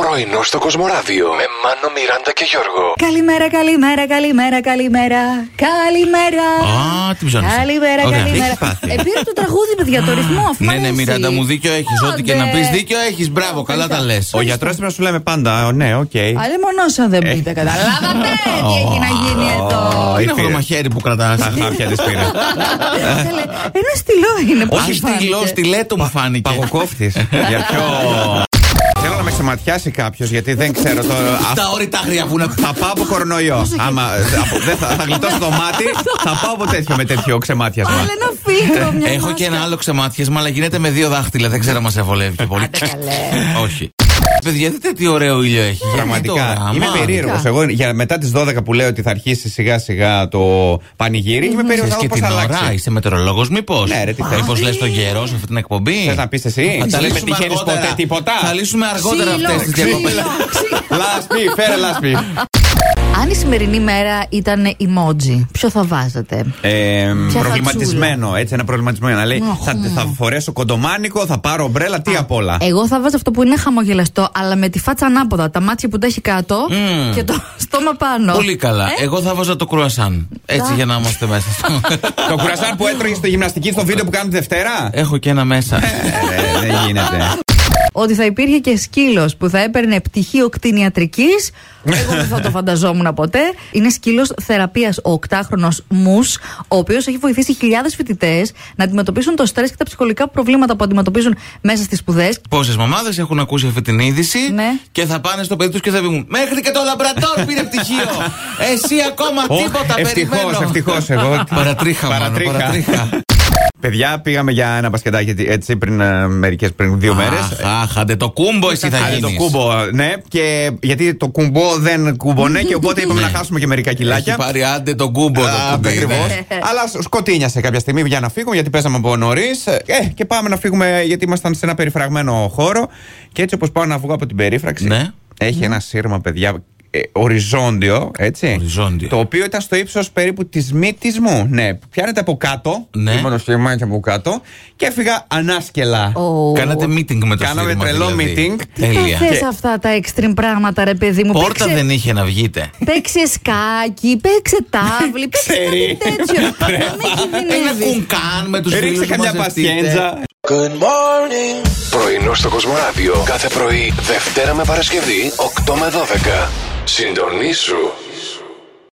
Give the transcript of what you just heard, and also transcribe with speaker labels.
Speaker 1: Πρωινό στο Κοσμοράδιο με Μάνο, Μιράντα και Γιώργο.
Speaker 2: Καλημέρα, καλημέρα, καλημέρα, καλημέρα. Καλημέρα.
Speaker 3: Α, την ψώνισα.
Speaker 2: Καλημέρα,
Speaker 3: Ωραία.
Speaker 2: καλημέρα.
Speaker 4: Έχει πάθει.
Speaker 2: Ε, πήρα το τραγούδι, παιδιά, το ρυθμό αυτό.
Speaker 3: Ναι, ναι, Μιράντα μου, δίκιο έχεις. Ό,τι και να
Speaker 2: Άντε.
Speaker 3: πεις, δίκιο έχεις. Μπράβο, καλά τα λες.
Speaker 4: Ο γιατρός πρέπει να σου λέμε πάντα. «Ω, Ναι, οκ.
Speaker 2: Αλλά μόνο αν δεν
Speaker 3: Ε.
Speaker 2: πείτε, καταλάβατε τι έχει να γίνει εδώ.
Speaker 3: Είναι
Speaker 4: Ήπειρε.
Speaker 3: αυτό το μαχαίρι που κρατάς.
Speaker 4: Τα χάπια της πήρε.
Speaker 2: Καλέ, Ένα στυλό είναι
Speaker 3: Όχι
Speaker 2: που φάνηκε.
Speaker 3: στυλό, στυλέτο μου φάνηκε.
Speaker 4: Παγοκόφτης. Για ποιο. Θέλω να με ξεματιάσει κάποιος γιατί δεν ξέρω τώρα.
Speaker 3: Τα όρυτα άγρια που είναι.
Speaker 4: Θα πάω από κορονοϊό. Άμα ε, από- δεν θα, θα γλιτώσω το μάτι, θα πάω από τέτοιο με τέτοιο ξεμάτιασμα.
Speaker 2: Πάλι ένα φίλο, μια
Speaker 3: Έχω και
Speaker 2: μάσκα.
Speaker 3: ένα άλλο ξεμάτιασμα, αλλά γίνεται με δύο δάχτυλα. Δεν ξέρω, μας ευολεύει και πολύ.
Speaker 2: Άντε καλέ.
Speaker 3: Όχι. Παιδιά, δείτε τι ωραίο ήλιο έχει. Γιατί Ε, τώρα,
Speaker 4: Πραγματικά.
Speaker 3: άμα.
Speaker 4: Είμαι περίεργος. Εγώ για, μετά τις 12 που λέω ότι θα αρχίσει σιγά σιγά το πανηγύρι, είμαι περίεργο
Speaker 3: Ξέρεις
Speaker 4: να δω
Speaker 3: Ε, ναι, και
Speaker 4: πώς θα
Speaker 3: την ώρα,
Speaker 4: αλλάξει.
Speaker 3: είσαι μετρολόγος, μήπως.
Speaker 4: Ναι, ρε, τι θες.
Speaker 3: Μήπως λες το γερό σε αυτή την εκπομπή.
Speaker 4: Θες να πεις εσύ,
Speaker 3: Θα τα
Speaker 4: δεν
Speaker 3: λύσουμε
Speaker 4: πετυχαίνει
Speaker 3: αργότερα.
Speaker 4: ποτέ τίποτα.
Speaker 3: Θα λύσουμε αργότερα
Speaker 2: Ξύλο,
Speaker 3: αυτές τις
Speaker 2: ξύλο,
Speaker 3: διακοπές.
Speaker 2: ξύλο.
Speaker 4: Λάσπη, φέρε λάσπη.
Speaker 2: Αν η σημερινή μέρα ήταν emoji, ποιο θα βάζατε.
Speaker 4: Ε,
Speaker 2: Ποια
Speaker 4: προβληματισμένο, έτσι ένα προβληματισμένο. Να λέει
Speaker 2: Αχ,
Speaker 4: θα, θα φορέσω κοντομάνικο, θα πάρω ομπρέλα, τι απ'
Speaker 3: Ε.
Speaker 4: όλα.
Speaker 2: Εγώ θα βάζω αυτό που είναι χαμογελαστό, αλλά με τη φάτσα ανάποδα. Τα μάτια που τα έχει κάτω
Speaker 3: Μμμ.
Speaker 2: και το στόμα πάνω.
Speaker 3: Πολύ
Speaker 4: Ε?
Speaker 3: καλά. Εγώ θα βάζα το κρουασάν. Έτσι για να είμαστε μέσα. στο-
Speaker 4: Το κουρασάν που έτρωγε στη γυμναστική στο βίντεο που κάνετε Δευτέρα.
Speaker 3: Έχω και ένα μέσα.
Speaker 4: Ε, ρε, Δεν γίνεται.
Speaker 2: Ότι θα υπήρχε και σκύλος που θα έπαιρνε πτυχίο κτηνιατρικής. Εγώ δεν θα το φανταζόμουν ποτέ. Είναι σκύλος θεραπείας ο οκτάχρονος Μους, ο οποίος έχει βοηθήσει χιλιάδες φοιτητές να αντιμετωπίσουν το στρες και τα ψυχολογικά προβλήματα που αντιμετωπίζουν μέσα στις σπουδές.
Speaker 3: Πόσες μαμάδες έχουν ακούσει αυτή την είδηση
Speaker 2: Ναι.
Speaker 3: και θα πάνε στο παιδί τους και θα πούν Μέχρι και το λαμπρατόρ πήρε πτυχίο. Εσύ ακόμα τίποτα
Speaker 4: Ευτυχώς,
Speaker 3: περιμένω.
Speaker 4: ευτυχώς εγώ.
Speaker 3: Παρατρίχα, μάλλον,
Speaker 4: Παρατρίχα.
Speaker 3: παρατρίχα.
Speaker 4: Παιδιά, πήγαμε για ένα μπασκετάκι έτσι πριν μερικές πριν δύο μέρε.
Speaker 3: Αχ, Αχ, αντε το κούμπο εσύ θα
Speaker 4: το
Speaker 3: γίνει.
Speaker 4: κούμπο, ναι. Και γιατί το κουμπό δεν κουμπονέ και οπότε είπαμε να χάσουμε και μερικά
Speaker 3: Έχει
Speaker 4: κιλάκια.
Speaker 3: πάρει άντε το κούμπο. το κουμπί,
Speaker 4: Ακριβώς.
Speaker 3: ναι.
Speaker 4: Αλλά σ- σκοτίνιασε κάποια στιγμή για να φύγουμε, γιατί πέσαμε από νωρίς. Ε, και πάμε να φύγουμε, γιατί ήμασταν σε ένα περιφραγμένο χώρο. Και έτσι, όπως πάω να βγω από την περίφραξη,
Speaker 3: Ναι.
Speaker 4: έχει ένα σύρμα, παιδιά, ε, οριζόντιο, έτσι.
Speaker 3: Οριζόντιο.
Speaker 4: Το οποίο ήταν στο ύψος περίπου της μύτης μου. Ναι, πιάνεται από κάτω.
Speaker 3: Ναι.
Speaker 4: Ήμουν στο σύρμα έτσι από κάτω. Και έφυγα ανάσκελα.
Speaker 2: Ο-
Speaker 3: Κάνατε meeting με το
Speaker 4: Κάναμε
Speaker 3: σύρμα,
Speaker 4: τρελό
Speaker 3: δηλαδή.
Speaker 4: meeting.
Speaker 2: Τι τα
Speaker 3: Τέλεια.
Speaker 2: θες αυτά τα extreme πράγματα, ρε παιδί μου.
Speaker 3: Πόρτα
Speaker 2: Παίξε-
Speaker 3: δεν είχε να βγείτε.
Speaker 2: Παίξε σκάκι, παίξε τάβλη, παίξε κάτι
Speaker 4: Ξέρει.
Speaker 2: τέτοιο. Να μην
Speaker 3: Ένα
Speaker 2: κινδυνεύεις.
Speaker 3: κουνκάν με τους φίλου
Speaker 4: Ρίξε καμιά πασιέντζα.
Speaker 1: Πρωινό στο Κοσμοράδιο κάθε πρωί, Δευτέρα με Παρασκευή, 8 με 12. Συντονίσου